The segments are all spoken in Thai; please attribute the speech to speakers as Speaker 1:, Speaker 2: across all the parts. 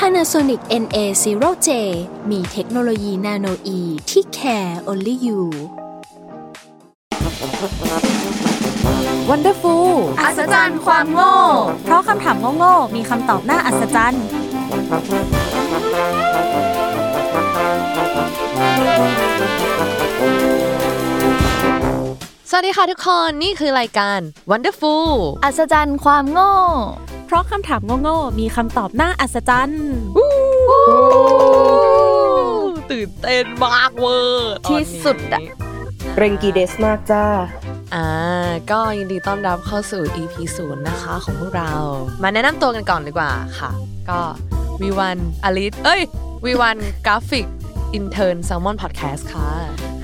Speaker 1: Panasonic NA0J มีเทคโนโลยีนาโนอีที่ care only you
Speaker 2: Wonderful
Speaker 3: อัศจรรย์ความโง่
Speaker 2: เพราะคำถามโง่ๆมีคำตอบน่าอัศจรรย์
Speaker 3: สวัสดีค่ะทุกคน นี่คือรายการ Wonderful
Speaker 4: อัศจรรย์ความโง่
Speaker 2: เพราะคำถามโง่ๆมีคำตอบน่าอัศจรรย์
Speaker 3: ตื่นเต้นมากเวอร์ตอนนี้
Speaker 4: ที่สุดอะ
Speaker 5: เรงกีเดสมากจ้า
Speaker 3: อ่า ก็ยินดีต้อนรับเข้าสู่ EP ศูนย์นะคะของพวกเรา มาแนะนำตัวกันก่อนดีกว่าค่ะ ก็วีวันอลิสเอ้ยวีวันกราฟิกอินเทอร์นแซลมอนพอดแคสต์ค่ะ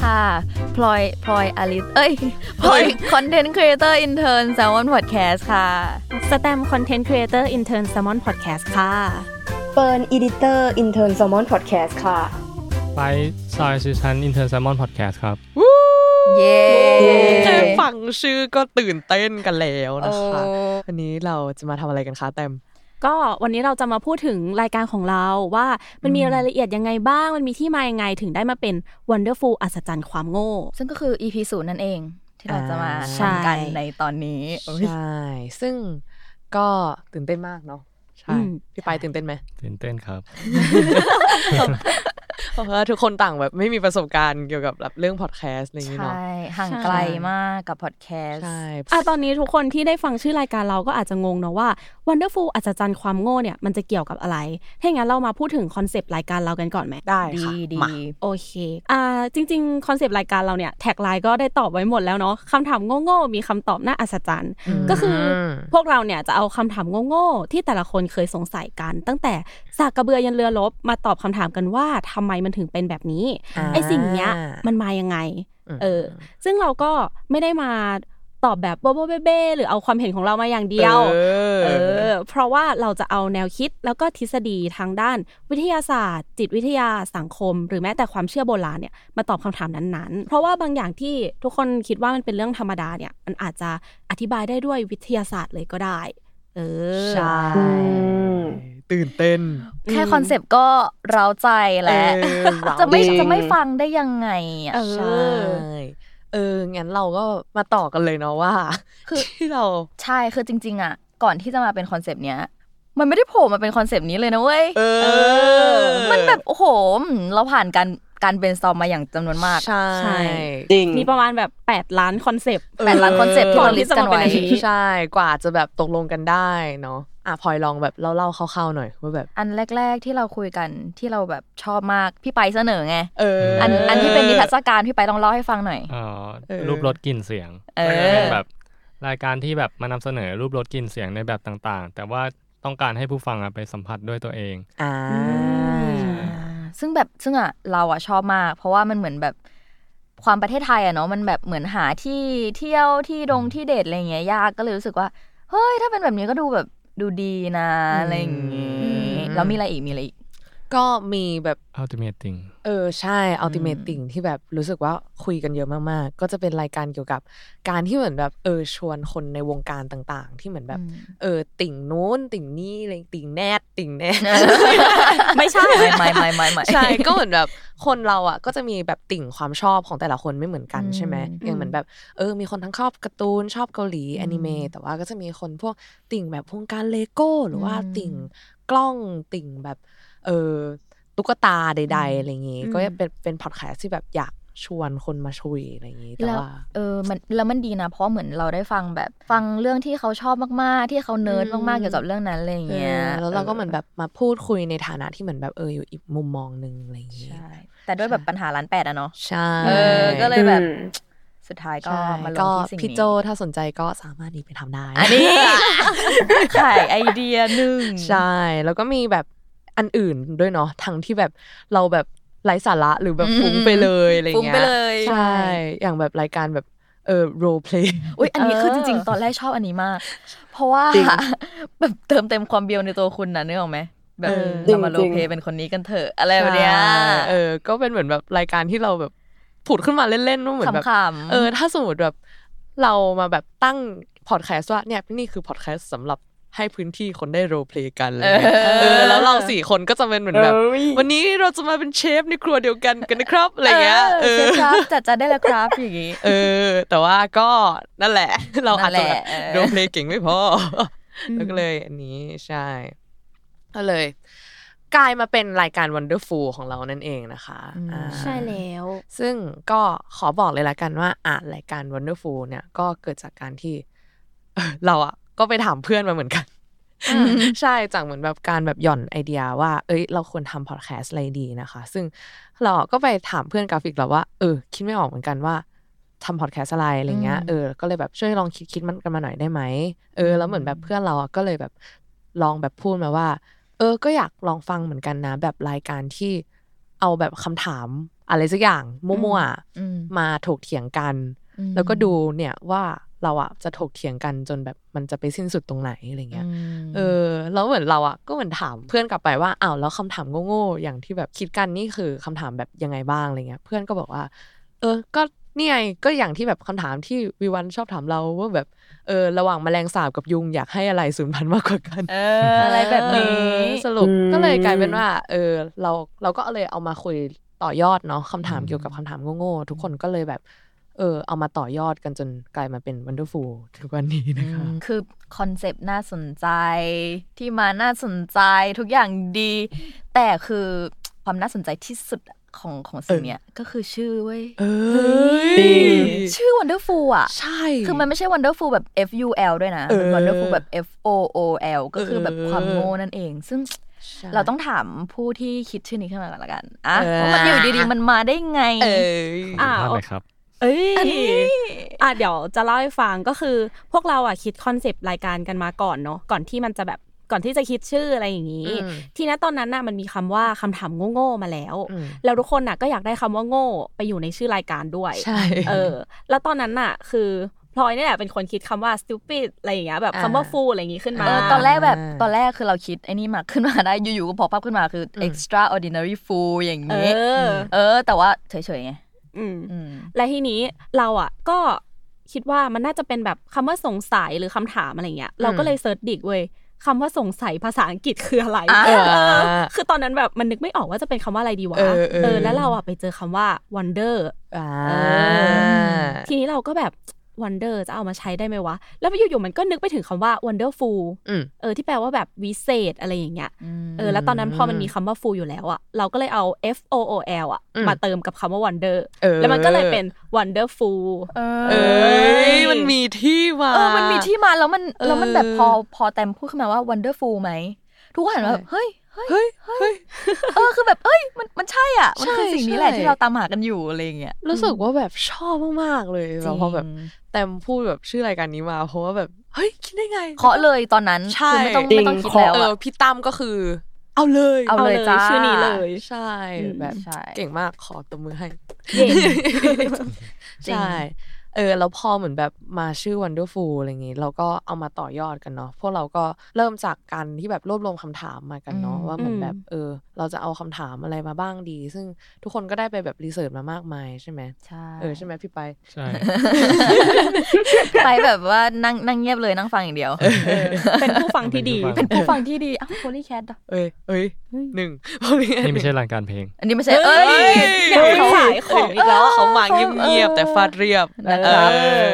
Speaker 4: ค่ะพลอยพลอยอลิสเอ้ย พลอยคอนเทนต์ครีเอเตอร์อินเทอร์นแซลมอนพอดแคสต์ค่ะ
Speaker 2: สแตมคอนเทนต์ครีเอเตอร์อินเทอร์นแซมมอนพอดแคสต์ค่ะ
Speaker 5: เปิร์นอีดิเตอร์อินเทอร์นแซลมอนพอดแคสต์ค่ะ
Speaker 6: ไปซอยซิชันอินเทอร์แซมอนพอดแคสต์ครับ
Speaker 4: เย้
Speaker 3: แค่ฟังชื่อก็ตื่นเต้นกันแล้วนะคะวันนี้เราจะมาทำอะไรกันคะแตม
Speaker 2: ก็วันนี้เราจะมาพูดถึงรายการของเราว่ามันมี
Speaker 3: อืม
Speaker 2: รายละเอียดยังไงบ้าง มันมีที่มายังไงถึงได้มาเป็น Wonderful อัศจรรย์ความโง่
Speaker 4: ซึ่งก็คือ EP ศูนย์นั่นเอง ที่เราจะมา
Speaker 3: อ่า
Speaker 4: ทำกัน
Speaker 2: ใช่
Speaker 4: ในตอนนี้โอ้ย
Speaker 3: ใช่ ซึ่งก็ตื่นเต้นมากเนาะ ใช่
Speaker 2: อืม
Speaker 3: พี่ไปายตื่นเต้นไหม
Speaker 6: ตื่นเต้นครับ
Speaker 3: เพราะว่าทุกคนต่างแบบไม่มีประสบการณ์เกี่ยวกับแบบเรื่องพอดแคสต์อะไรอย่างงี้
Speaker 4: ใช่
Speaker 3: เนาะ
Speaker 4: ห่าง
Speaker 2: ใช่
Speaker 4: ไกลมากกับพอดแคสต์
Speaker 3: ใช่
Speaker 2: อ่ะตอนนี้ทุกคนที่ได้ฟังชื่อรายการเราก็อาจจะงงเนาะว่า Wonderful อัศจรรย์ความโง่เนี่ยมันจะเกี่ยวกับอะไร ถ้าอย่างนั้นเรามาพูดถึงคอนเซปต์รายการเรากันก่อนไหม
Speaker 3: ได้
Speaker 4: ดี
Speaker 3: ค่ะ
Speaker 4: ดี
Speaker 3: มา
Speaker 2: โอเค อ่า จริงๆ คอนเซปต์รายการเราเนี่ยแท็กไลน์ก็ได้ตอบไว้หมดแล้วเนาะคำถามโง่ๆ มีคำตอบน่าอัศจรรย์
Speaker 3: ม
Speaker 2: ก็คือพวกเราเนี่ยจะเอาคำถามโง่ๆ ที่แต่ละคนเคยสงสัยกัน ตั้งแต่สากกระเบือยันเรือรบมาตอบคำถามกันว่าทำไมมันถึงเป็นแบบนี้
Speaker 3: อ่า
Speaker 2: ไอสิ่งเนี้ยมันมายังไง เออ ซึ่งเราก็ไม่ได้มาตอบแบบโบ๊ะๆเบ้ๆหรือเอาความเห็นของเรามาอย่างเดียว
Speaker 3: เออ
Speaker 2: เออ เพราะว่าเราจะเอาแนวคิดแล้วก็ทฤษฎีทางด้านวิทยาศาสตร์ จิตวิทยาสังคม หรือแม้แต่ความเชื่อโบราณเนี่ยมาตอบคำถามนั้นๆ เพราะว่าบางอย่างที่ทุกคนคิดว่ามันเป็นเรื่องธรรมดาเนี่ยมันอาจจะอธิบายได้ด้วยวิทยาศาสตร์เลยก็ได้ เออ
Speaker 3: ใช่
Speaker 5: อืม
Speaker 3: ตื่นเต้น
Speaker 4: แค่คอนเซปต์ก็เร้าใจแล้ว
Speaker 3: เออเร้า
Speaker 4: จะไม่
Speaker 5: จริง
Speaker 4: จะไม่ฟังได้ยังไงอ่ะ
Speaker 2: เออ
Speaker 3: ใช่ เออ งั้นเราก็มาต่อกันเลยเนาะว่า
Speaker 4: คือ
Speaker 3: ที่เรา
Speaker 4: ใช่ คือจริง ๆ อ่ะ ก่อนที่จะมาเป็นคอนเซปต์เนี้ย มันไม่ได้โผล่มาเป็นคอนเซปต์นี้เลยนะเว้ย
Speaker 3: เออ
Speaker 4: เออ มันแบบ โอ้โหอืมเราผ่านการการเป็นซอมมาอย่างจำนวนมาก
Speaker 3: ใช่
Speaker 2: ใช่
Speaker 5: จริง
Speaker 2: มีประมาณแบบ 8 ล้านคอนเซปต์
Speaker 4: แปดล้านคอนเซปต์ที่
Speaker 2: ก่อน
Speaker 4: เราลิสต์กันไว้
Speaker 2: ที่จะมาเป็นอันนี้
Speaker 3: ใช่กว่าจะแบบตกลงกันได้เนาะอ่ะพลอยลองแบบเล่าเล่าๆคร่าวๆหน่อยว่าแบบ
Speaker 4: อันแรก ๆ ที่เราคุยกันที่เราแบบชอบมาก พี่ไปเสนอไง
Speaker 3: เออ
Speaker 4: อั
Speaker 3: อั
Speaker 4: นอันที่เป็นนิทรรศการ พี่ไปลองเล่าให้ฟังหน่อย
Speaker 6: เอ่อ
Speaker 3: เออ
Speaker 6: รูปรสกลิ่นเสียง
Speaker 4: เออ
Speaker 6: มันจะเป็นแบบรายการที่แบบมานำเสนอรูปรสกลิ่นเสียงในแบบต่างๆ แต่ว่าต้องการให้ผู้ฟังอะไปสัมผัสด้วยตัวเอง
Speaker 3: อ่า
Speaker 4: อ่าซึ่งแบบซึ่งอ่ะเราอ่ะชอบมาก เพราะว่ามันเหมือนแบบความประเทศไทยอ่ะเนาะมันแบบเหมือนหาที่เที่ยวที่ดงที่เดทอะไรอย่างเงี้ยยากก็เลยรู้สึกว่า เฮ้ย ถ้าเป็นแบบนี้ก็ดูแบบดูดีนะ
Speaker 3: อืม
Speaker 4: อะไรอย่างงี้แล้วมีอะไรอีกมีอะไรอีก
Speaker 3: ก็มีแบบ
Speaker 6: Ultimating
Speaker 3: เออใช่อัลติเมตติ่งที่แบบรู้สึกว่าคุยกันเยอะมากๆ ก็จะเป็นรายการเกี่ยวกับการที่เหมือนแบบเออชวนคนในวงการต่างๆ ที่เหมือนแบบ
Speaker 4: อืม
Speaker 3: เออติ่งนู้นติ่งนี้อะไรติ่งแนดติ่งแน ด
Speaker 2: ไม่ใช่
Speaker 4: ไม่ไม่ไม่ไม่ไม่
Speaker 3: ใช่ ก็เหมือนแบบคนเราอ่ะก็จะมีแบบติ่งความชอบของแต่ละคนไม่เหมือนกัน
Speaker 4: อืม
Speaker 3: ใช่ไหมอย่างเหมือนแบบเออมีคนทั้งชอบการ์ตูนชอบเกาหลี
Speaker 4: อืม
Speaker 3: แอนิเมะแต่ว่าก็จะมีคนพวกติ่งแบบวงการเลโก้หรือว่า
Speaker 4: อืม
Speaker 3: ติ่งกล้องติ่งแบบเออตุ๊กตาใด ๆอะไรอย่างงี้
Speaker 4: อืม
Speaker 3: ก็เป็นเป็นพอดแคสต์ที่แบบอยากชวนคนมาช่วยอะไรอย่างงี้แต่
Speaker 4: แล้ว
Speaker 3: ว่า
Speaker 4: เออมันแล้วมันดีนะ เพราะเหมือนเราได้ฟังแบบฟังเรื่องที่เขาชอบมากๆ ที่เขาเนิร์ด
Speaker 3: อืม
Speaker 4: มากๆเกี่ยวกับเรื่องนั้นอะไรอย่างเงี้ย
Speaker 3: ออแล้วเราก็เหมือนแบบมาพูดคุยในฐานะที่เหมือนแบบเอออยู่อีกมุมมองหนึ่งอะไรอย่างงี้
Speaker 4: ใช่แต่ด้วยแบบปัญหาร้านแปดอะเนาะ
Speaker 3: ใช่
Speaker 4: เออก็เลยแบบ
Speaker 5: อืม
Speaker 4: สุดท้ายก็
Speaker 3: ใช่
Speaker 4: มาล
Speaker 3: ก็
Speaker 4: งที่สิ่งนี้
Speaker 3: พี่โจถ้าสนใจก็สามารถหนีไปทำได้
Speaker 4: อันนี้ ขายไอเดียหนึ่ง
Speaker 3: ใช่ แล้วก็มีแบบ อันอื่นด้วยเนาะทั้งที่แบบเราแบบไร้สาระหรือแบบ
Speaker 4: อืม
Speaker 3: ฟุ้งไปเลยอะไรเงี้ย
Speaker 4: ฟุ้งไปเลย
Speaker 3: ใช่ อย่างแบบรายการแบบเออ role play
Speaker 4: อุ้ยอันนี้คือจริง
Speaker 3: เออ
Speaker 4: ๆ ตอนแรกชอบอันนี้มาก เพราะว่า
Speaker 3: จริง
Speaker 4: แบบเติมเต็มความเบียวในตัวคุณนะนึกออกไหมแบบ
Speaker 3: เออ
Speaker 4: เรามาโล
Speaker 5: จริงๆ
Speaker 4: เพเป็นคนนี้กันเถอะอะไรแบบเนี้ย
Speaker 3: ใช่เออ ก็เป็นเหมือนแบบรายการที่เราแบบผุดขึ้นมาเล่นๆว่าเหมือนแบบ
Speaker 4: ขำๆ
Speaker 3: เออถ้าสมมติแบบเรามาแบบตั้งพอดแคสต์ว่าเนี่ยนี่คือพอดแคสต์สำหรับให้พื้นที่คนได้โรลเพลย์กันอะไรเงี้ย
Speaker 4: เออ
Speaker 3: เออแล้วเราสี่คนก็จะเป็นเหมือนแบบ วันนี้เราจะมาเป็นเชฟในครัวเดียวกันกันนะครับอะไรเงี้ยเออ
Speaker 4: เชฟครับจัดจานได้แล้วครับอย่างงี้
Speaker 3: เออ แต่ว่าก็นั่ นแหละ เราอาจจะแบบ
Speaker 4: นั่นแหละเออ
Speaker 3: โรลเพลย์เก่งไม่พอแล้วก็เลยอันนี้ใช่ก็เลย กลายมาเป็นรายการ Wonderful ของเรานั่นเองนะคะอ่า
Speaker 2: ใช่แล้ว
Speaker 3: ซึ่งก็ขอบอกเลยละกันว่าอ่านรายการ Wonderful เนี่ยก็เกิดจากการที่ เอ่อเราอ่ะก็ไปถามเพื่อนมาเหมือนกัน ใช่จากเหมือนแบบการแบบหย่อนไอเดียว่า เอ้ย เราควรทำพอดแคสต์อะไรดีนะคะ ซึ่งเราก็ไปถามเพื่อนกราฟิกเราว่า เออ คิดไม่ออกเหมือนกันว่าทำพอดแคสต์อะไรอะไรเงี้ย
Speaker 4: อืม
Speaker 3: เออก็เลยแบบช่วยลองคิดคิดมันกันมาหน่อยได้ไหมเออแล้วเหมือนแบบเพื่อนเราอ่ะก็เลยแบบลองแบบพูดมาว่า เออ ก็อยากลองฟังเหมือนกันนะ แบบรายการที่เอาแบบคำถามอะไรสักอย่างมั่วๆอะ
Speaker 4: อืม
Speaker 3: มาถกเถียงกัน
Speaker 4: อืม
Speaker 3: แล้วก็ดูเนี่ยว่าเราอ่ะจะถกเถียงกันจนแบบมันจะไปสิ้นสุดตรงไหนอะไรเงี้ย
Speaker 4: ม
Speaker 3: เออแล้วเหมือนเราอ่ะก็เหมือนถามเพื่อนกลับไปว่าอ้าวแล้วคำถามโง่ๆอย่างที่แบบคิดกันนี่คือคำถามแบบยังไงบ้างอะไรเงี้ย เพื่อนก็บอกว่า เออ ก็นี่ไงก็อย่างที่แบบคำถามที่วิวันชอบถามเราว่าแบบเออระหว่างแมลงสาบกับยุงอยากให้อะไรสูญพันธุ์มากกว่ากัน
Speaker 4: เอออะไรแบบ
Speaker 3: เอ
Speaker 4: นี้
Speaker 3: อสรุป
Speaker 5: อืม
Speaker 3: ก็เลยกลายเป็นว่า เออ เราเราก็เลยเอามาคุยต่อยอดเนาะคำถาม
Speaker 4: อืม
Speaker 3: เกี่ยวกับคำถามโง่ๆทุกคนก็เลยแบบ เออ เอามาต่อยอดกันจนกลายมาเป็น Wonderful ทุกวันนี้นะคะ
Speaker 4: คือคอนเซปต์น่าสนใจ ที่มาน่าสนใจทุกอย่างดี แต่คือความน่าสนใจที่สุดของของสิ่งเนี้ยก็คือชื่อเว้ย
Speaker 3: เอ้ย
Speaker 4: ชื่อ Wonderful อ่ะ
Speaker 3: ใช่
Speaker 4: คือมันไม่ใช่ Wonderful แบบ F U L ด้วยนะ
Speaker 3: เออ
Speaker 4: มัน Wonderful แบบ F O O L ก็คือแบบ
Speaker 3: เออ
Speaker 4: ความโง่นั่นเอง ซึ่ง
Speaker 3: ใช่
Speaker 4: เราต้องถามผู้ที่คิดชื่อนี้ขึ้นมาก่อนละกันอ่ะ
Speaker 3: เออ
Speaker 4: ว่ามันอยู่ดีๆมันมาได้ไง
Speaker 3: เอ้ย
Speaker 2: อ่ะ
Speaker 6: ขอบคุณมากเลยครับ
Speaker 2: เอ้ยอ่ะเดี๋ยวจะเล่าให้ฟังก็คือพวกเราอ่ะคิดคอนเซปต์รายการกันมาก่อนเนาะก่อนที่มันจะแบบก่อนที่จะคิดชื่ออะไรอย่างนี้
Speaker 3: อืม
Speaker 2: ทีนั้นตอนนั้นน่ะมันมีคำว่าคำถามโง่ๆมาแล้ว
Speaker 3: อืม
Speaker 2: แล้วทุกคนน่ะก็อยากได้คำว่าโง่ไปอยู่ในชื่อรายการด้วย
Speaker 3: ใช่
Speaker 2: เออ แล้วตอนนั้นน่ะ คือพลอยเนี่ยแหละเป็นคนคิดคำว่า stupid อะไรอย่างเงี้ยแบบ
Speaker 3: อ่า
Speaker 2: คำว่า fool อะไรอย่างงี้ขึ้นมา
Speaker 4: เออตอนแรกแบบ
Speaker 3: อ่า
Speaker 4: ตอนแรกคือเราคิดไอ้นี่มาขึ้นมาได้ อยู่ๆก็พอปั๊บขึ้นมาคืออ extraordinary fool อย่าง
Speaker 2: เอ
Speaker 4: นี้
Speaker 2: อ
Speaker 4: เออ แต่ว่าเฉยๆไง
Speaker 2: อืม
Speaker 4: อืม
Speaker 2: และทีนี้เราอ่ะก็คิดว่ามันน่าจะเป็นแบบคำว่าสงสัยหรือคำถามอะไรเงี้ย เราก็เลยเซิร์ชดิกเว้ยคำว่าสงสัยภาษาอังกฤษคือ อะไร
Speaker 4: อ่า
Speaker 2: เออคือตอนนั้นแบบมันนึกไม่ออกว่าจะเป็นคำว่าอะไรดีวะ
Speaker 3: เออเออ
Speaker 2: แล้วเราอ่ะไปเจอคำว่า wonder
Speaker 3: อ่า
Speaker 2: ทีนี้เราก็แบบ wonder จะเอามาใช้ได้ไหมวะ แล้วอยู่ๆมันก็นึกไปถึงคำว่า wonderful
Speaker 3: อืม
Speaker 2: เออที่แปลว่าแบบวิเศษอะไรอย่างเงี้ย
Speaker 4: ม
Speaker 2: เออแล้วตอนนั้นพอมันมีคำว่า full อยู่แล้วอะเราก็เลยเอา f o o l อะ
Speaker 3: อืม
Speaker 2: มาเติมกับคำว่า wonder
Speaker 3: เออ
Speaker 2: แล้วมันก็เลยเป็น wonderful
Speaker 4: เออ
Speaker 3: เอ้ย มันมีที่มา
Speaker 4: เออมันมีที่มาแล้วมัน
Speaker 3: เออ
Speaker 4: แล้วมันแบบพอพอแตมพูดขึ้นมาว่า wonderful ไหม ทุกคนหันมาแบบเฮ้ยเฮ้ย
Speaker 3: เฮ้ยเฮ้ย
Speaker 4: เออคือแบบเอ้ยมันมันใช่อ่ะ มันคือ
Speaker 3: ใช่
Speaker 4: สิ่งนี้แหละ
Speaker 3: ใช่
Speaker 4: ที่เราตามหากันอยู่อะไรอย่างเงี้ย
Speaker 3: รู้สึกว่าแบบชอบมากๆเลย
Speaker 4: จริง
Speaker 3: เราพอแบบแต้มพูดแบบชื่อรายการนี้มา เพราะว่าแบบ เฮ้ย คิดได้ไง
Speaker 4: เคาะเลยตอนนั้น
Speaker 3: ใช่
Speaker 4: คือไม่ต้อง
Speaker 5: จริง
Speaker 4: ไม่ต้องคิดแล้ว
Speaker 3: เอ
Speaker 4: อะ
Speaker 3: อพี่ตั้มก็คือ เอาเลย
Speaker 4: เอาเลยจ้า
Speaker 2: ชื่อนี้เลย
Speaker 3: ใช่
Speaker 2: อืม
Speaker 3: แบบ
Speaker 4: ใช่
Speaker 3: เก่งมากขอตบมือให้
Speaker 2: เย็น
Speaker 4: จริง
Speaker 3: ใช่ เออ แล้วพอเหมือนแบบมาชื่อ Wonderful อะไรอย่างงี้ เราก็เอามาต่อยอดกันเนาะ พวกเราก็เริ่มจากการที่แบบรวบรวมคำถามมากันเนาะ
Speaker 4: อืม
Speaker 3: ว่าเหมือน
Speaker 2: อืม
Speaker 3: แบบ เออ เราจะเอาคำถามอะไรมาบ้างดี ซึ่งทุกคนก็ได้ไปแบบรีเสิร์ชมามากมายใช่ไหม
Speaker 4: ใช่
Speaker 3: เออใช่ไหมพี่ไป
Speaker 6: ใช่
Speaker 4: ไปแบบว่านั่งนั่งเงียบเลยนั่งฟังอย่างเดียว
Speaker 2: เป็นผู้ฟังที่ดี
Speaker 6: เป็น
Speaker 4: ผู้ฟังที่ดีอ้าวโพลีแคท
Speaker 3: เอ้ยเอ้ยหนึ่ง พอดี
Speaker 6: นี่ไม่ใช่รายการเพลง
Speaker 4: อันนี้ไม่ใช่ เอ้ย
Speaker 2: เนี่ยเขาขายของอีกแล้ว
Speaker 3: เขามาเงียบๆแต่ฟาดเรียบนะครับ
Speaker 4: เออ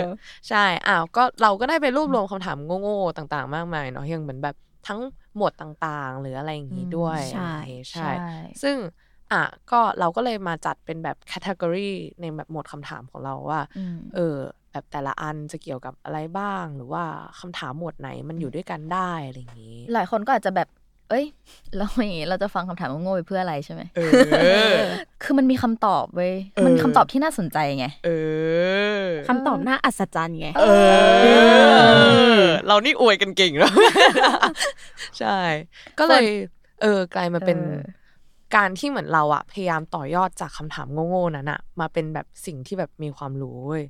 Speaker 3: ใช่ อ้าว ก็เราก็ได้ไปรวบรวมคำถามโง่ๆต่างๆ มากมายเนาะยังเหมือนแบบทั้งหมวดต่างๆ หรืออะไรอย่างนี้ด้วย
Speaker 2: ใช่
Speaker 3: อะไรอย่างงี้ใช่ ซึ่งอ่ะก็เราก็เลยมาจัดเป็นแบบแคตตากรีในแบบหมวดคำถามของเราว่า
Speaker 4: อืม
Speaker 3: เออ แบบแต่ละอันจะเกี่ยวกับอะไรบ้าง หรือว่าคำถามหมวดไหนมันอยู่ด้วยกันได้อะไรอย่างนี้
Speaker 4: หลายคนก็อาจจะแบบ เอ้ย เราอย่างงี้เราจะฟังคำถามโง่ๆไปเพื่ออะไรใช่ไหม
Speaker 3: เออ
Speaker 4: คือมันมีคำตอบเว้ย
Speaker 3: เออ
Speaker 4: มันคำตอบที่น่าสนใจไง
Speaker 3: เออ
Speaker 2: คำตอบน่าอัศจรรย์ไง
Speaker 3: เออ เรานี่อวยกันเก่งแล้ว ใช่ ก็เลย เออกลายมาเป็น
Speaker 4: เออ
Speaker 3: การที่เหมือนเราอะพยายามต่อยอดจากคำถามโง่ๆนั้นอะมาเป็นแบบสิ่งที่แบบมีความรู้เว้ย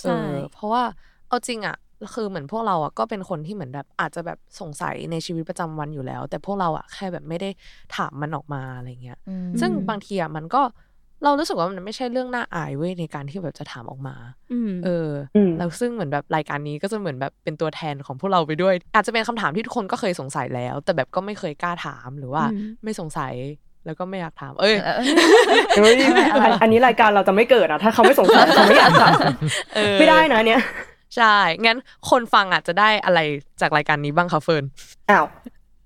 Speaker 2: ใช่
Speaker 3: เออเพราะว่าเอาจริงอะคือเหมือนพวกเราอะก็เป็นคนที่เหมือนแบบอาจจะแบบสงสัยในชีวิตประจำวันอยู่แล้ว แต่พวกเราอะแค่แบบไม่ได้ถามมันออกมาอะไรเงี้ย
Speaker 4: อืม
Speaker 3: ซึ่งบางทีอะมันก็เรารู้สึกว่ามันไม่ใช่เรื่องน่าอายเว้ยในการที่แบบจะถามออกมา
Speaker 2: อืม
Speaker 3: เอออ
Speaker 5: ม
Speaker 3: แล้วซึ่งเหมือนแบบรายการนี้ก็จะเหมือนแบบเป็นตัวแทนของพวกเราไปด้วย อาจจะเป็นคำถามที่ทุกคนก็เคยสงสัยแล้ว แต่แบบก็ไม่เคยกล้าถามหรือว่า
Speaker 2: อืม
Speaker 3: ไม่สงสัยแล้วก็ไม่อยากถาม เอ้ย
Speaker 4: เออ
Speaker 5: เฮ้ย
Speaker 4: อะไรอะไร
Speaker 5: อันนี้รายการเราจะไม่เกิดอ่ะ ถ้าเขาไม่สงสัยเขาไม่อยากถาม
Speaker 3: เออ
Speaker 5: ไม่ได้นะเนี่ย
Speaker 3: ใช่ งั้นคนฟังอาจจะได้อะไรจากรายการนี้บ้างคะเฟิร์น
Speaker 5: อ้าว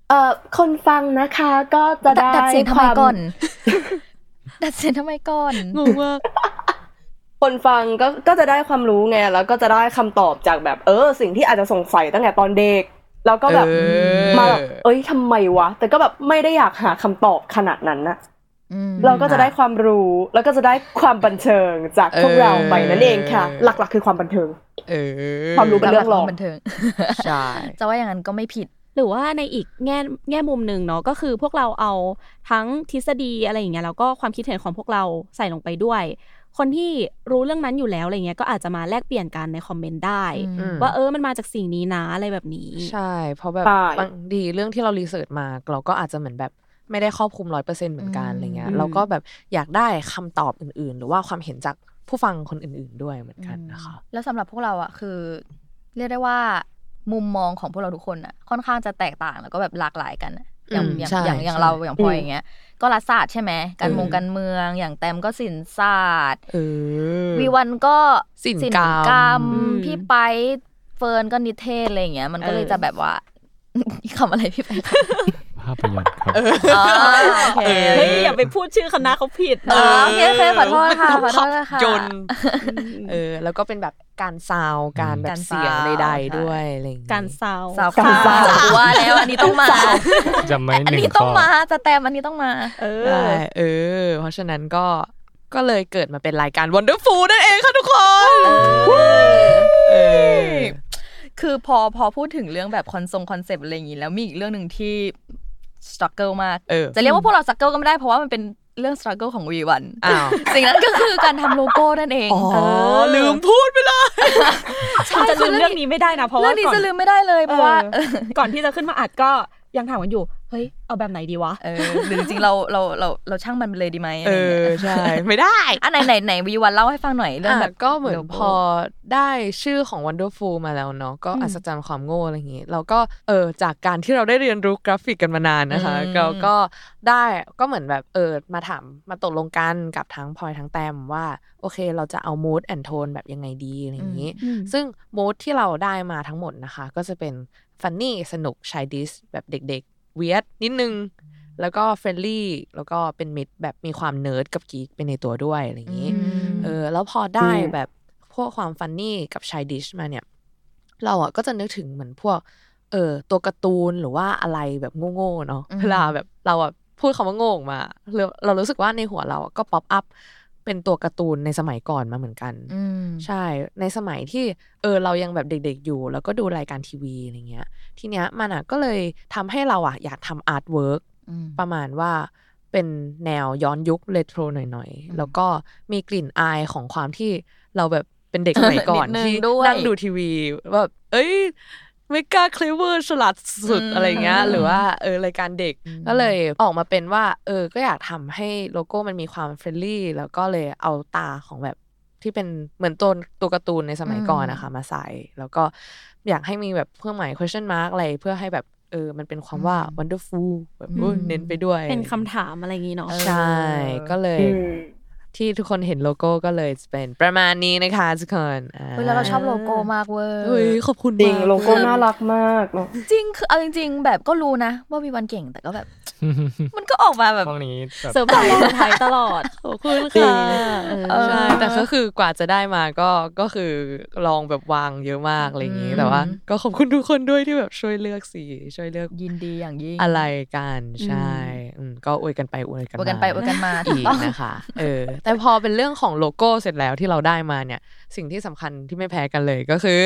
Speaker 5: เอ่อคนฟังนะคะก็จะได้
Speaker 4: ดัดเสียง
Speaker 5: ค
Speaker 4: ทำไม
Speaker 5: วาม
Speaker 4: ก่อน ดัดเสียงทำไมก่อน
Speaker 3: งงมาก
Speaker 5: คนฟังก็ก็จะได้ความรู้ไงแล้วก็จะได้คำตอบจากแบบ เออ สิ่งที่อาจจะสงสัยตั้งแต่ตอนเด็ก แล้วก็แบบ
Speaker 3: เออ
Speaker 5: มาแบบเอ้ยทำไมวะ แต่ก็แบบไม่ได้อยากหาคำตอบขนาดนั้นนะ
Speaker 4: อืม
Speaker 5: เราก็จะได้ความรู้แล้วก็จะได้ความบันเทิงจากพวกเราไปนั่นเองค่ะ
Speaker 3: เออ
Speaker 5: หลักๆ คือความบันเทิง
Speaker 3: เออ
Speaker 5: ความรู้เป็นเรื่องรอง
Speaker 4: บันเทิง
Speaker 3: ใช่
Speaker 4: จะว่าอย่างนั้นก็ไม่ผิด
Speaker 2: หรือว่าในอีกแง่แง่มุมหนึ่งเนาะก็คือพวกเราเอาทั้งทฤษฎีอะไรอย่างเงี้ยแล้วก็ความคิดเห็นของพวกเราใส่ลงไปด้วย คนที่รู้เรื่องนั้นอยู่แล้วอะไรเงี้ยก็อาจจะมาแลกเปลี่ยนกันในคอมเมนต์ได้
Speaker 3: อืม
Speaker 2: ว่าเออมันมาจากสิ่งนี้นะอะไรแบบนี้
Speaker 3: ใช่ เพราะแบบ
Speaker 5: ใช่
Speaker 3: บางดีเรื่องที่เรารีเสิร์ชมา เราก็อาจจะเหมือนแบบไม่ได้ครอบคลุมร้อยเปอร์เซ็นต์เหมือนกัน
Speaker 4: อืม
Speaker 3: อะไรเงี้ย
Speaker 2: อืม
Speaker 3: เราก็แบบอยากได้คำตอบอื่นๆ หรือว่าความเห็นจากผู้ฟังคนอื่นๆด้วยเหมือนกันนะคะ
Speaker 4: อืมแล้วสำหรับพวกเราอ่ะคือ เรียกได้ว่า มุมมองของพวกเราทุกคนอ่ะค่อนข้างจะแตกต่างแล้วก็แบบหลากหลายกันอะอย่าง
Speaker 3: อืม
Speaker 4: อย่าง
Speaker 3: ใช่
Speaker 4: อย่างอย่าง
Speaker 3: ใช่
Speaker 4: เราอย่างพลอย
Speaker 5: อืม
Speaker 4: อย่างเงี้ยก็รัฐศาสตร์ใช่ไหมการมง
Speaker 3: อืม
Speaker 4: การเมือง อย่างแตมก็ศิลปศาสตร์
Speaker 3: เออ
Speaker 4: วีวันก็
Speaker 3: ศิลปกรรม
Speaker 4: ศิลปกรรม
Speaker 2: อืม
Speaker 4: พี่ไปเฟิร์นก็นิเทศอะไรอย่างเงี้ยมันก็เลย
Speaker 3: เออ
Speaker 4: จะแบบว่า คำอะไรพี่ไป
Speaker 6: ภาพยนตร์ครับ
Speaker 4: อ๋อโอเค
Speaker 2: เฮ้ยอย่าไปพูดชื่อคณะเขาผิด
Speaker 4: อ๋
Speaker 2: นะ
Speaker 4: อโอเคโอเคขอโทษค่ะขอโทษ
Speaker 3: ขับ
Speaker 4: ค่ะ
Speaker 3: ยนต์เออ แล้วก็เป็นแบบการซาวด์การแบบ
Speaker 4: การ
Speaker 3: เสียง
Speaker 4: ซาวด์
Speaker 3: ใด
Speaker 4: ใช่
Speaker 3: ๆด้วยอะไรอย่างงี้
Speaker 2: การเซาว
Speaker 4: สาว
Speaker 5: สา
Speaker 4: ขาว
Speaker 5: ขาว
Speaker 4: วว่าแล้วอันนี้ต้องมา
Speaker 6: จำไม่
Speaker 4: อัน
Speaker 6: หนึ่ง
Speaker 4: นี้ต้
Speaker 6: ข้
Speaker 4: อง
Speaker 6: อ
Speaker 4: มาสแตมอันนี้ต้องมา
Speaker 2: เอ
Speaker 3: ใช่
Speaker 2: อ
Speaker 3: เออ เพราะฉะนั้นก็ก็เลยเกิดมาเป็นรายการ Wonderful นั่นเองค่ะทุกคนเออ
Speaker 4: คือพอพอพูดถึงเรื่องแบบคอนทรงคอนเซปต์อะไรอย่างงี้แล้วมีอีกเรื่องหนึ่งที่สตรัคเกิลมาก
Speaker 3: เออ
Speaker 4: จะเรียกว่าพวกเราสตรัคเกิลก็ไม่ได้เพราะว่ามันเป็นเรื่องสตรัคเกิลของวีวัน
Speaker 3: อ้าว
Speaker 4: สิ่งนั้นก็คือการทำโลโก้นั่นเอง
Speaker 3: อ๋อ
Speaker 4: เออ
Speaker 3: ลืมพูดไปเลย
Speaker 4: ใช่
Speaker 2: มันจะลืม
Speaker 4: คือเรื่
Speaker 2: เรื่
Speaker 4: อ
Speaker 2: อง งนี้ไม่ได้นะเพราะ
Speaker 4: เรื่
Speaker 2: ว่า
Speaker 4: องนี้
Speaker 2: ก่อน
Speaker 4: จะลืมไม่ได้เลยเพราะว่า
Speaker 2: เออก่อนที่จะขึ้นมาอัดก็ยังถามกันอยู่ เฮ้ย เอาแบบไหนดีวะ
Speaker 4: เออหรือจริงๆเราเราเราเราช่างมันไปเลยดีไหมอะ
Speaker 3: เออ
Speaker 4: ไรอย่างเงี้ย
Speaker 3: ใช่ ไม่ได้
Speaker 4: อันไหนไหนไหนวีวันเล่าให้ฟังหน่อยเรื่อง
Speaker 3: อ่ะ
Speaker 4: แบบ
Speaker 3: ก็เหมือน
Speaker 4: โลโก้
Speaker 3: พอได้ชื่อของ Wonderful มาแล้วเนาะก็อัศจรรย์ความโง่อะไรอย่างงี้เราก็เออจากการที่เราได้เรียนรู้กราฟิกกันมานานนะคะ
Speaker 4: อืม
Speaker 3: เราก็ได้ก็เหมือนแบบเออมาถามมาตกลงกันกับทั้งพลอยทั้งแต้มว่า โอเคเราจะเอา mood and tone แบบยังไงดีอะไรอย่างงี้ ซึ่งมูดที่เราได้มาทั้งหมดนะคะ ก็จะเป็นฟันนี่สนุกชายดิสแบบเด็กๆเวียดนิดนึง แล้วก็เฟรนลี่แล้วก็เป็นมิดแบบมีความเนิร์ดกับกีกเป็นในตัวด้วยอะไรอย่างนี้
Speaker 4: อืม
Speaker 3: เออแล้วพอได้
Speaker 5: อืม
Speaker 3: แบบพวกความฟันนี่กับชายดิชมาเนี่ย เราอ่ะก็จะนึกถึงเหมือนพวก เออตัวการ์ตูนหรือว่าอะไรแบบโง่ๆเนาะ
Speaker 4: อืม
Speaker 3: เวลาแบบเราอ่ะพูดคำว่าโง่ออกมาเราเรารู้สึกว่าในหัวเราอะก็ป๊อปอัพเป็นตัวการ์ตูนในสมัยก่อนมาเหมือนกัน
Speaker 4: อืม
Speaker 3: ใช่ ในสมัยที่เออเรายังแบบเด็กๆอยู่ แล้วก็ดูรายการทีวีอะไรเงี้ย ทีเนี้ยมันอ่ะก็เลยทำให้เราอ่ะอยากทำอาร์ตเวิร์กประมาณว่าเป็นแนวย้อนยุคเรโทรหน่อย
Speaker 4: อืม
Speaker 3: ๆ แล้วก็มีกลิ่นอายของความที่เราแบบเป็นเด็กสมัยก่อน
Speaker 4: นิดนึง
Speaker 3: ที่
Speaker 4: ด้วย
Speaker 3: นั่งดูทีวีว่าแบบเอ้ยไม่กล้าเคลเวอร์ฉลาดสุด
Speaker 4: อืม
Speaker 3: อะไรเงี้ยหรือว่าเออรายการเด็ก
Speaker 4: อืม
Speaker 3: ก็เลย เลยออกมาเป็นว่า เออ ก็อยากทำให้โลโก้มันมีความเฟรนลี่ แล้วก็เลยเอาตาของแบบที่เป็นเหมือนตัวตัวการ์ตูนในสมัยก่อนนะคะ มาใส่ แล้วก็อยากให้มีแบบเครื่องหมาย question mark อะไร เพื่อให้แบบ เออ มันเป็นความว่า
Speaker 4: อืม
Speaker 3: wonderful แบบอุ๊ย
Speaker 4: อืม
Speaker 3: เน้นไปด้วย
Speaker 2: เป็นคำถามอะไรอย่างงี้เนาะ
Speaker 3: ใช่ ก็เลย
Speaker 5: อืม
Speaker 3: ที่ทุกคนเห็นโลโก้ก็เลยเป็นประมาณนี้นะคะทุกคนอ่า
Speaker 4: เฮ้ยแล้วเราชอบโลโก้มากเว้
Speaker 3: เฮ้ย
Speaker 4: ย
Speaker 3: ขอบคุณ
Speaker 5: จริง
Speaker 3: มาก
Speaker 5: โลโก้น่ารักมากเนอะ
Speaker 4: จริงคือเอาจริง ๆ แบบก็รู้นะ ว่าวีวันเก่งแต่ก็แบบ มันก็ออกมาแบบ
Speaker 6: ห้อง นี้แบบ
Speaker 2: เสิร์ฟแบบคนไทยตลอ ด
Speaker 3: ขอบคุณค่ะ
Speaker 4: เออ
Speaker 3: ใช่แต่ก็คือกว่าจะได้มาก็ก็คือลองแบบวางเยอะมากอะไรอย่างนี้
Speaker 4: อืม
Speaker 3: แต่ว่า ก็ขอบคุณทุกคนด้วยที่แบบช่วยเลือกสีช่วยเลือก
Speaker 4: ยินดีอย่างยิ่ง
Speaker 3: อะไรกันใช่อืมก็อวยกันไปอวยกัน
Speaker 4: อวยกันไปอวยกันมาถู
Speaker 3: อี
Speaker 4: ก
Speaker 3: ก
Speaker 4: ต้อง
Speaker 3: นะคะเออ แต่พอเป็นเรื่องของโลโก้เสร็จแล้วที่เราได้มาเนี่ย สิ่งที่สำคัญที่ไม่แพ้กันเลยก็คือ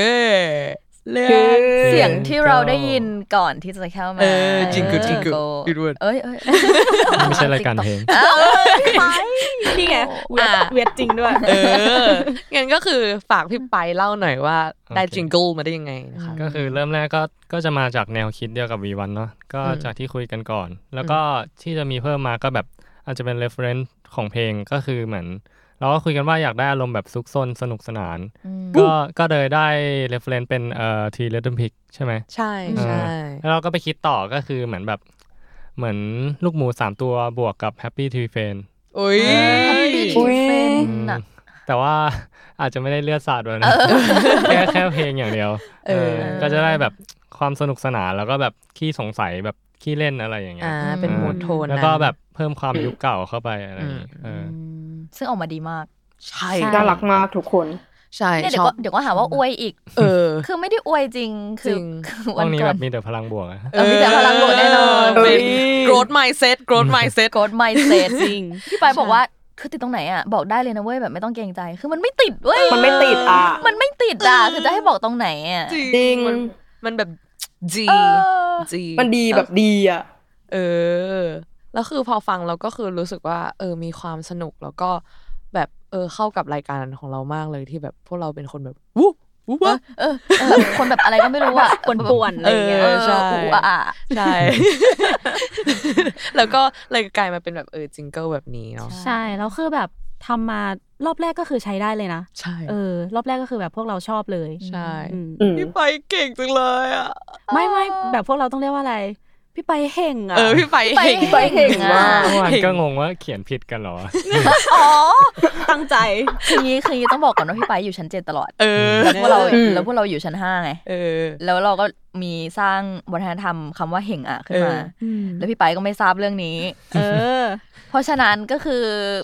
Speaker 4: เลือ
Speaker 5: คื
Speaker 4: ก
Speaker 5: อ
Speaker 4: เสียงที่เราได้ยินก่อนที่จะเข้ามา
Speaker 7: เออจิงกุจิงกุอี
Speaker 4: จิ
Speaker 7: ดเวิร์ด
Speaker 4: เอ้ยเอ้ย
Speaker 6: ไม่ใช่รายการเพลง
Speaker 4: เอ้ยไป
Speaker 2: นี่ไงเวท
Speaker 3: อ่ะ
Speaker 2: เวทจริงด้วย
Speaker 3: เออ งั้นก็คือฝากพี่ไปเล่าหน่อยว่าได้
Speaker 6: โอเค
Speaker 3: จิงเกิลมาได้ยังไงนะคะ
Speaker 6: ก็คือเริ่มแรกก็ก็จะมาจากแนวคิดเดียวกับ V1 เนาะก็
Speaker 3: อืม
Speaker 6: จากที่คุยกันก่อน แล้วก็ที่จะมีเพิ่มมาก็แบบอาจจะเป็น reference ของเพลงก็คือเหมือน เราก็คุยกันว่าอยากได้อารมณ์แบบซุกซนสนุกสนาน ก็ก็เลยได้ reference เป็นเอ่อทีเลดมพิกใช่ไหม
Speaker 3: ใช่ใช่
Speaker 6: แล้วเราก็ไปคิดต่อก็คือเหมือนแบบเหมือนลูกหมูสามตัวบวกกับแฮปปี้ทีเฟน
Speaker 3: อุ้ย
Speaker 4: Happy Tree
Speaker 5: ย
Speaker 4: Friend น่ะ
Speaker 6: แต่ว่า อาจจะไม่ได้เลือดสาดเลยนะแค่แค่เพลงอย่างเดียว
Speaker 3: เออ
Speaker 6: เออก็จะได้แบบความสนุกสนานแล้วก็แบบขี้สงสัยแบบขี้เล่นอะไรอย่างเงี้ย
Speaker 3: อ่า เป็นโหมดโทน
Speaker 6: แล้ว
Speaker 3: นั้น
Speaker 6: ก็แบบเพิ่มความยุคเก่าเข้าไปอะไรอย่างเงี้ยเออ
Speaker 4: ซึ่งออกมาดีมาก
Speaker 3: ใช่
Speaker 5: น่ารักมากทุกคน
Speaker 3: ใช่
Speaker 4: เนี่ย
Speaker 3: ช
Speaker 4: เดี๋ยว
Speaker 3: อ
Speaker 4: ก็
Speaker 3: บ
Speaker 4: เดี๋ยวก็หาว่าอวยอีก
Speaker 3: เออ
Speaker 4: คือไม่ได้อวยจริง คื
Speaker 3: จริ
Speaker 4: อง คือ
Speaker 6: วั
Speaker 4: วัน น
Speaker 6: นี้
Speaker 4: ก่
Speaker 6: แบ
Speaker 4: อน
Speaker 6: บมีแต่พลังบวกอะ
Speaker 4: เออมีแต่พลังบวกแน่นอน
Speaker 3: เป็
Speaker 4: เอ
Speaker 3: growth mindset growth mindset
Speaker 4: กดไมเซ็ต
Speaker 2: จริง
Speaker 4: พี่ไปายบอกว่า คือติดตรงไหนอ่ะ บอกได้เลยนะเว้ยแบบไม่ต้องเกรงใจ คือมันไม่ติดเว้ย
Speaker 5: มันไม่ติดอ่ะ
Speaker 4: มันไม่ติดอ่ะ คือจะให้บอกตรงไหนอ่ะ
Speaker 5: จริง
Speaker 3: มันมันแบบจี
Speaker 4: เออ
Speaker 3: จี
Speaker 5: มันดีแบบดีอ่ะ
Speaker 3: เออ แล้วคือพอฟังเราก็คือรู้สึกว่า เออมีความสนุกแล้วก็แบบเออเข้ากับรายการของเรามากเลยที่แบบพวกเราเป็นคนแบบวู้วู้วะ
Speaker 4: เออเออคนแบบอะไรก็ไม่รู้อ่ะ
Speaker 2: ป่วนๆอะไรอย่างเงี้ย
Speaker 3: เออใช่
Speaker 4: อูอ่ะอ่ะ
Speaker 3: ใช่ แล้วก็เลยกลายมาเป็นแบบเออจิงเกิลแบบนี้เนาะ
Speaker 2: ใช่แล้วคือแบบทำมารอบแรกก็คือใช้ได้เลยนะ
Speaker 3: ใช่
Speaker 2: เออ รอบแรกก็คือแบบพวกเราชอบเลย
Speaker 3: ใช่
Speaker 2: อืม
Speaker 5: อืม
Speaker 3: พี่ไปเก่งจังเลยอ่ะ
Speaker 2: ไม่ไม่แบบพวกเราต้องเรียกว่าอะไร พี่ไปเห่งอ่ะ
Speaker 3: เออพี่ไป
Speaker 4: ไป
Speaker 3: เก่ง
Speaker 5: ไปเก่งมาก
Speaker 6: เมื่อวานก็งงว่าเขียนผิดกันเหรอ
Speaker 4: อ๋อ
Speaker 2: ตั้งใจ
Speaker 4: คืออย่างงี้คืออย่างงี้ต้องบอกก่อนว่าพี่ไปอยู่ชั้นเจ็ดตลอด
Speaker 3: เออ
Speaker 4: แล้วพวกเรา
Speaker 5: อืม
Speaker 4: แล้วพวกเราอยู่ชั้นห้าไง
Speaker 3: เออ
Speaker 4: แล้วเราก็มีสร้างวัฒนธรรมคำว่าเห่งอ่ะขึ้นมา
Speaker 3: เออ
Speaker 2: อืม
Speaker 4: แล้วพี่ไปก็ไม่ทราบเรื่องนี้
Speaker 2: เออ
Speaker 4: เพราะฉะนั้นก็คือ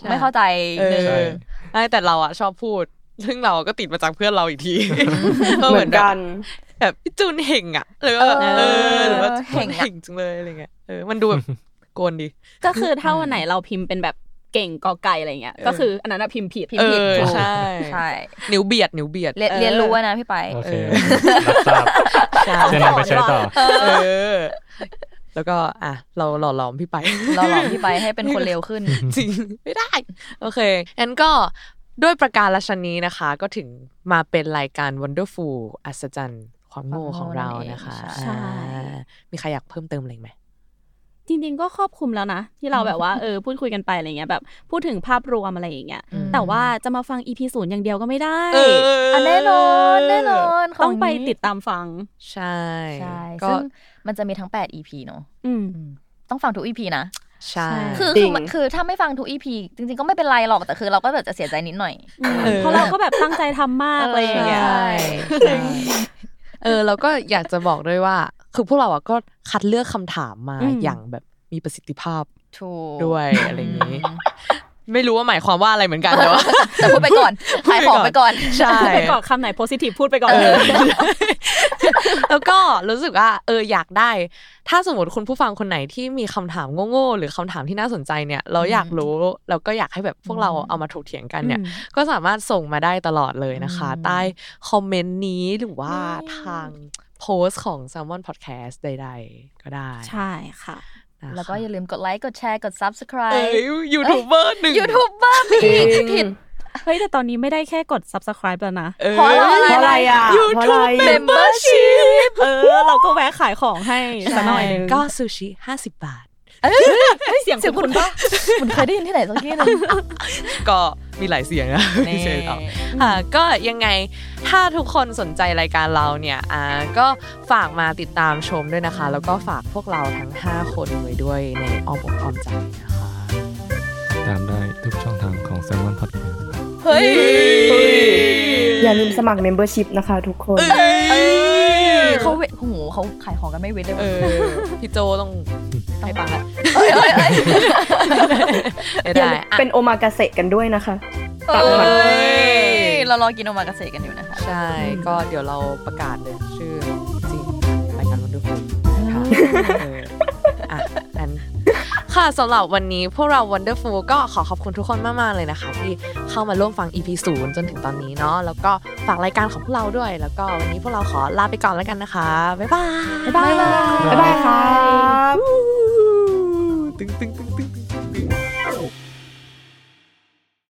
Speaker 4: ไม่เข้าใจ
Speaker 3: เอ
Speaker 4: หนึ่ง
Speaker 3: อใช่แต่เราอะชอบพูด ซึ่งเราก็ติดมาจากเพื่อนเราอีกที
Speaker 5: เหมือนกัน
Speaker 3: แบบพี่จูนเห่งอะหรือว่าแบบเออหรือว่า
Speaker 4: เห่งอ่ะ
Speaker 3: เห่งจังเลยอะไรเงี้ยเออมันดูแบบโกนดี
Speaker 2: ก็คือถ้าวันไหนเราพิมพ์เป็นแบบเก่งกอไก่อะไรเงี้ย
Speaker 3: เออ
Speaker 2: ก็คืออันนั้นอะพิมพ์ผิด
Speaker 3: เออ
Speaker 2: ถูก
Speaker 3: ใช่
Speaker 4: ใช่
Speaker 3: นิ้วเบียดนิ้วเบียด
Speaker 4: เรียนเรียนรู้ไว้นะพี่ไป
Speaker 6: โอเค
Speaker 3: เออ
Speaker 6: รับทราบ
Speaker 3: ใช่
Speaker 6: เช่นนำไปใช้ต่อ
Speaker 3: เออ แล้วก็อ่ะเราหล่อหลอมพี่ไป
Speaker 4: เราหลอกพี่ไปให้เป็นคนเร็วขึ้น
Speaker 3: จริง ไม่ได้ โอเคงั้นก็ด้วยประการละชนนี้นะคะ ก็ถึงมาเป็นรายการ Wonderful อัศจรรย์ความโง่ของเรานะคะอ
Speaker 4: ใช่
Speaker 3: ่ามีใครอยากเพิ่มเติมอะไรไหม
Speaker 2: จริงๆก็ครอบคลุมแล้วนะ ที่เราแบบว่าเออพูดคุยกันไปอะไรเงี้ยแบบพูดถึงภาพรวมอะไรอย่างเงี้ย
Speaker 4: อืม
Speaker 2: แต่ว่าจะมาฟัง EP ศูนย์อย่างเดียวก็ไม่ได้
Speaker 3: เออ
Speaker 4: อันแน่นอนแน่นอนข
Speaker 2: ต้องไป
Speaker 4: นี้
Speaker 2: ติดตามฟัง
Speaker 3: ใช่
Speaker 4: ใช่
Speaker 3: ก็
Speaker 4: ซึ่งมันจะมีทั้ง 8 EP เนอะ
Speaker 2: อืม
Speaker 4: ต้องฟังทุก EP นะ
Speaker 3: ใช่
Speaker 4: คือ
Speaker 5: จริ
Speaker 4: คือง มันคือถ้าไม่ฟังทุก EP จริง ๆ ก็ไม่เป็นไรหรอก แต่คือเราก็แบบจะเสียใจนิดหน่อย
Speaker 2: เพราะเราก็แบบตั้งใจทำมากอะไรอย่างเงี้ย
Speaker 3: ใช่ใช่เออแล้วก็อยากจะบอกด้วยว่า คือพวกเราอะก็คัดเลือกคำถามมา
Speaker 2: อืม
Speaker 3: อย่างแบบมีประสิทธิภาพ
Speaker 4: ถูก
Speaker 3: ด้วย อะไรอย่างนี้ ไม่รู้ว่าหมายความว่าอะไรเหมือนกันแต่ว่า
Speaker 4: แต่พูดไปก่อนขายของไปก่อน
Speaker 3: ใช่
Speaker 2: พูดไปก่อน คำไหนโพสิทีฟพูดไปก่อน
Speaker 3: เอ
Speaker 2: เล
Speaker 3: อย แล้วก็รู้สึกว่าเอออยากได้ ถ้าสมมติคุณผู้ฟังคนไหนที่มีคำถามโง่ๆหรือคำถามที่น่าสนใจเนี่ย เราอยากรู้แล้วก็อยากให้แบบพวกเราเอามาถกเถียงกันเนี่ย ก็สามารถส่งมาได้ตลอดเลยนะคะ
Speaker 4: อืม
Speaker 3: ใต้คอมเมนต์นี้หรือว่าทางโพสต์ของ s ซ l m o n Podcast ใดๆ ก็ได้
Speaker 2: ใช่ค่ะ
Speaker 3: นะคะ
Speaker 4: แล้วก็อย่าลืมกดไลค์ กดแชร์ กด
Speaker 3: เอ้
Speaker 4: subscribe
Speaker 3: ยยูทูบเบอร์หนึ่ง
Speaker 4: ยูทูบเบอร์พี่
Speaker 5: จริง
Speaker 4: ผิด
Speaker 2: เฮ้ย แต่ตอนนี้ไม่ได้แค่กด subscribe แล้วนะ
Speaker 3: เออ
Speaker 4: เพราะเรา
Speaker 5: เพราะ
Speaker 4: อะไร
Speaker 5: อะไรอ่ะ
Speaker 3: ยูทูบ
Speaker 5: เพราะอะไร
Speaker 3: membership
Speaker 2: เออ เราก็แวะขายของให้สักหน่อยหนึง
Speaker 3: ก็ซูชิ 50 บาท
Speaker 2: เฮ้ยเสียง
Speaker 4: เสียง
Speaker 2: คุ
Speaker 4: คุณ ณปะเหมันเคยได้ยินที่ไหนสักที่หนึง
Speaker 3: ก็มีหลายเสียงนะพี่เชนเอา ค่ะก็ยังไงถ้าทุกคนสนใจรายการเราเนี่ยอ่าก็ฝากมาติดตามชมด้วยนะคะ แล้วก็ฝากพวกเราทั้ง 5 คนไว้ด้วยในอ้อมอกอ้อมใจนะคะ
Speaker 6: ตามได้ทุกช่องทางของ s ซ l m o n Podcast
Speaker 4: เฮ้ย
Speaker 5: อย่าลืมสมัคร membership นะคะทุกคน
Speaker 4: เขาเวโอ้โหเขาขายของกันไม่เว้นเลย
Speaker 3: เอ
Speaker 4: ว่ะ
Speaker 3: อ พี่โจต้องให้ปังละไม่
Speaker 5: อย่า
Speaker 3: ได้
Speaker 5: ลืม
Speaker 3: อ่ะ
Speaker 5: เป็นโอมากาเสะกันด้วยนะคะ
Speaker 4: เอ้
Speaker 5: เอ้
Speaker 4: ย เรารอกินโอมากาเสะกันอยู่นะคะ
Speaker 3: ใช่ ก็เดี๋ยวเราประกาศเลยชื่อ จริงรายการวันดูคนค่ะเอออ่ะนั้นค ค่ะสำหรับวันนี้พวกเรา Wonderful ก็ขอขอบคุณทุกคนมาก ๆ เลยนะคะ ที่เข้ามาร่วมฟัง EP 0จนถึงตอนนี้เนาะแล้วก็ฝากรายการของพวกเราด้วย แล้วก็วันนี้พวกเราขอลาไปก่อนแล้วกันนะคะบ๊ายบาย
Speaker 5: บ๊ายบายครับ
Speaker 6: ตึงตึงตึงตึง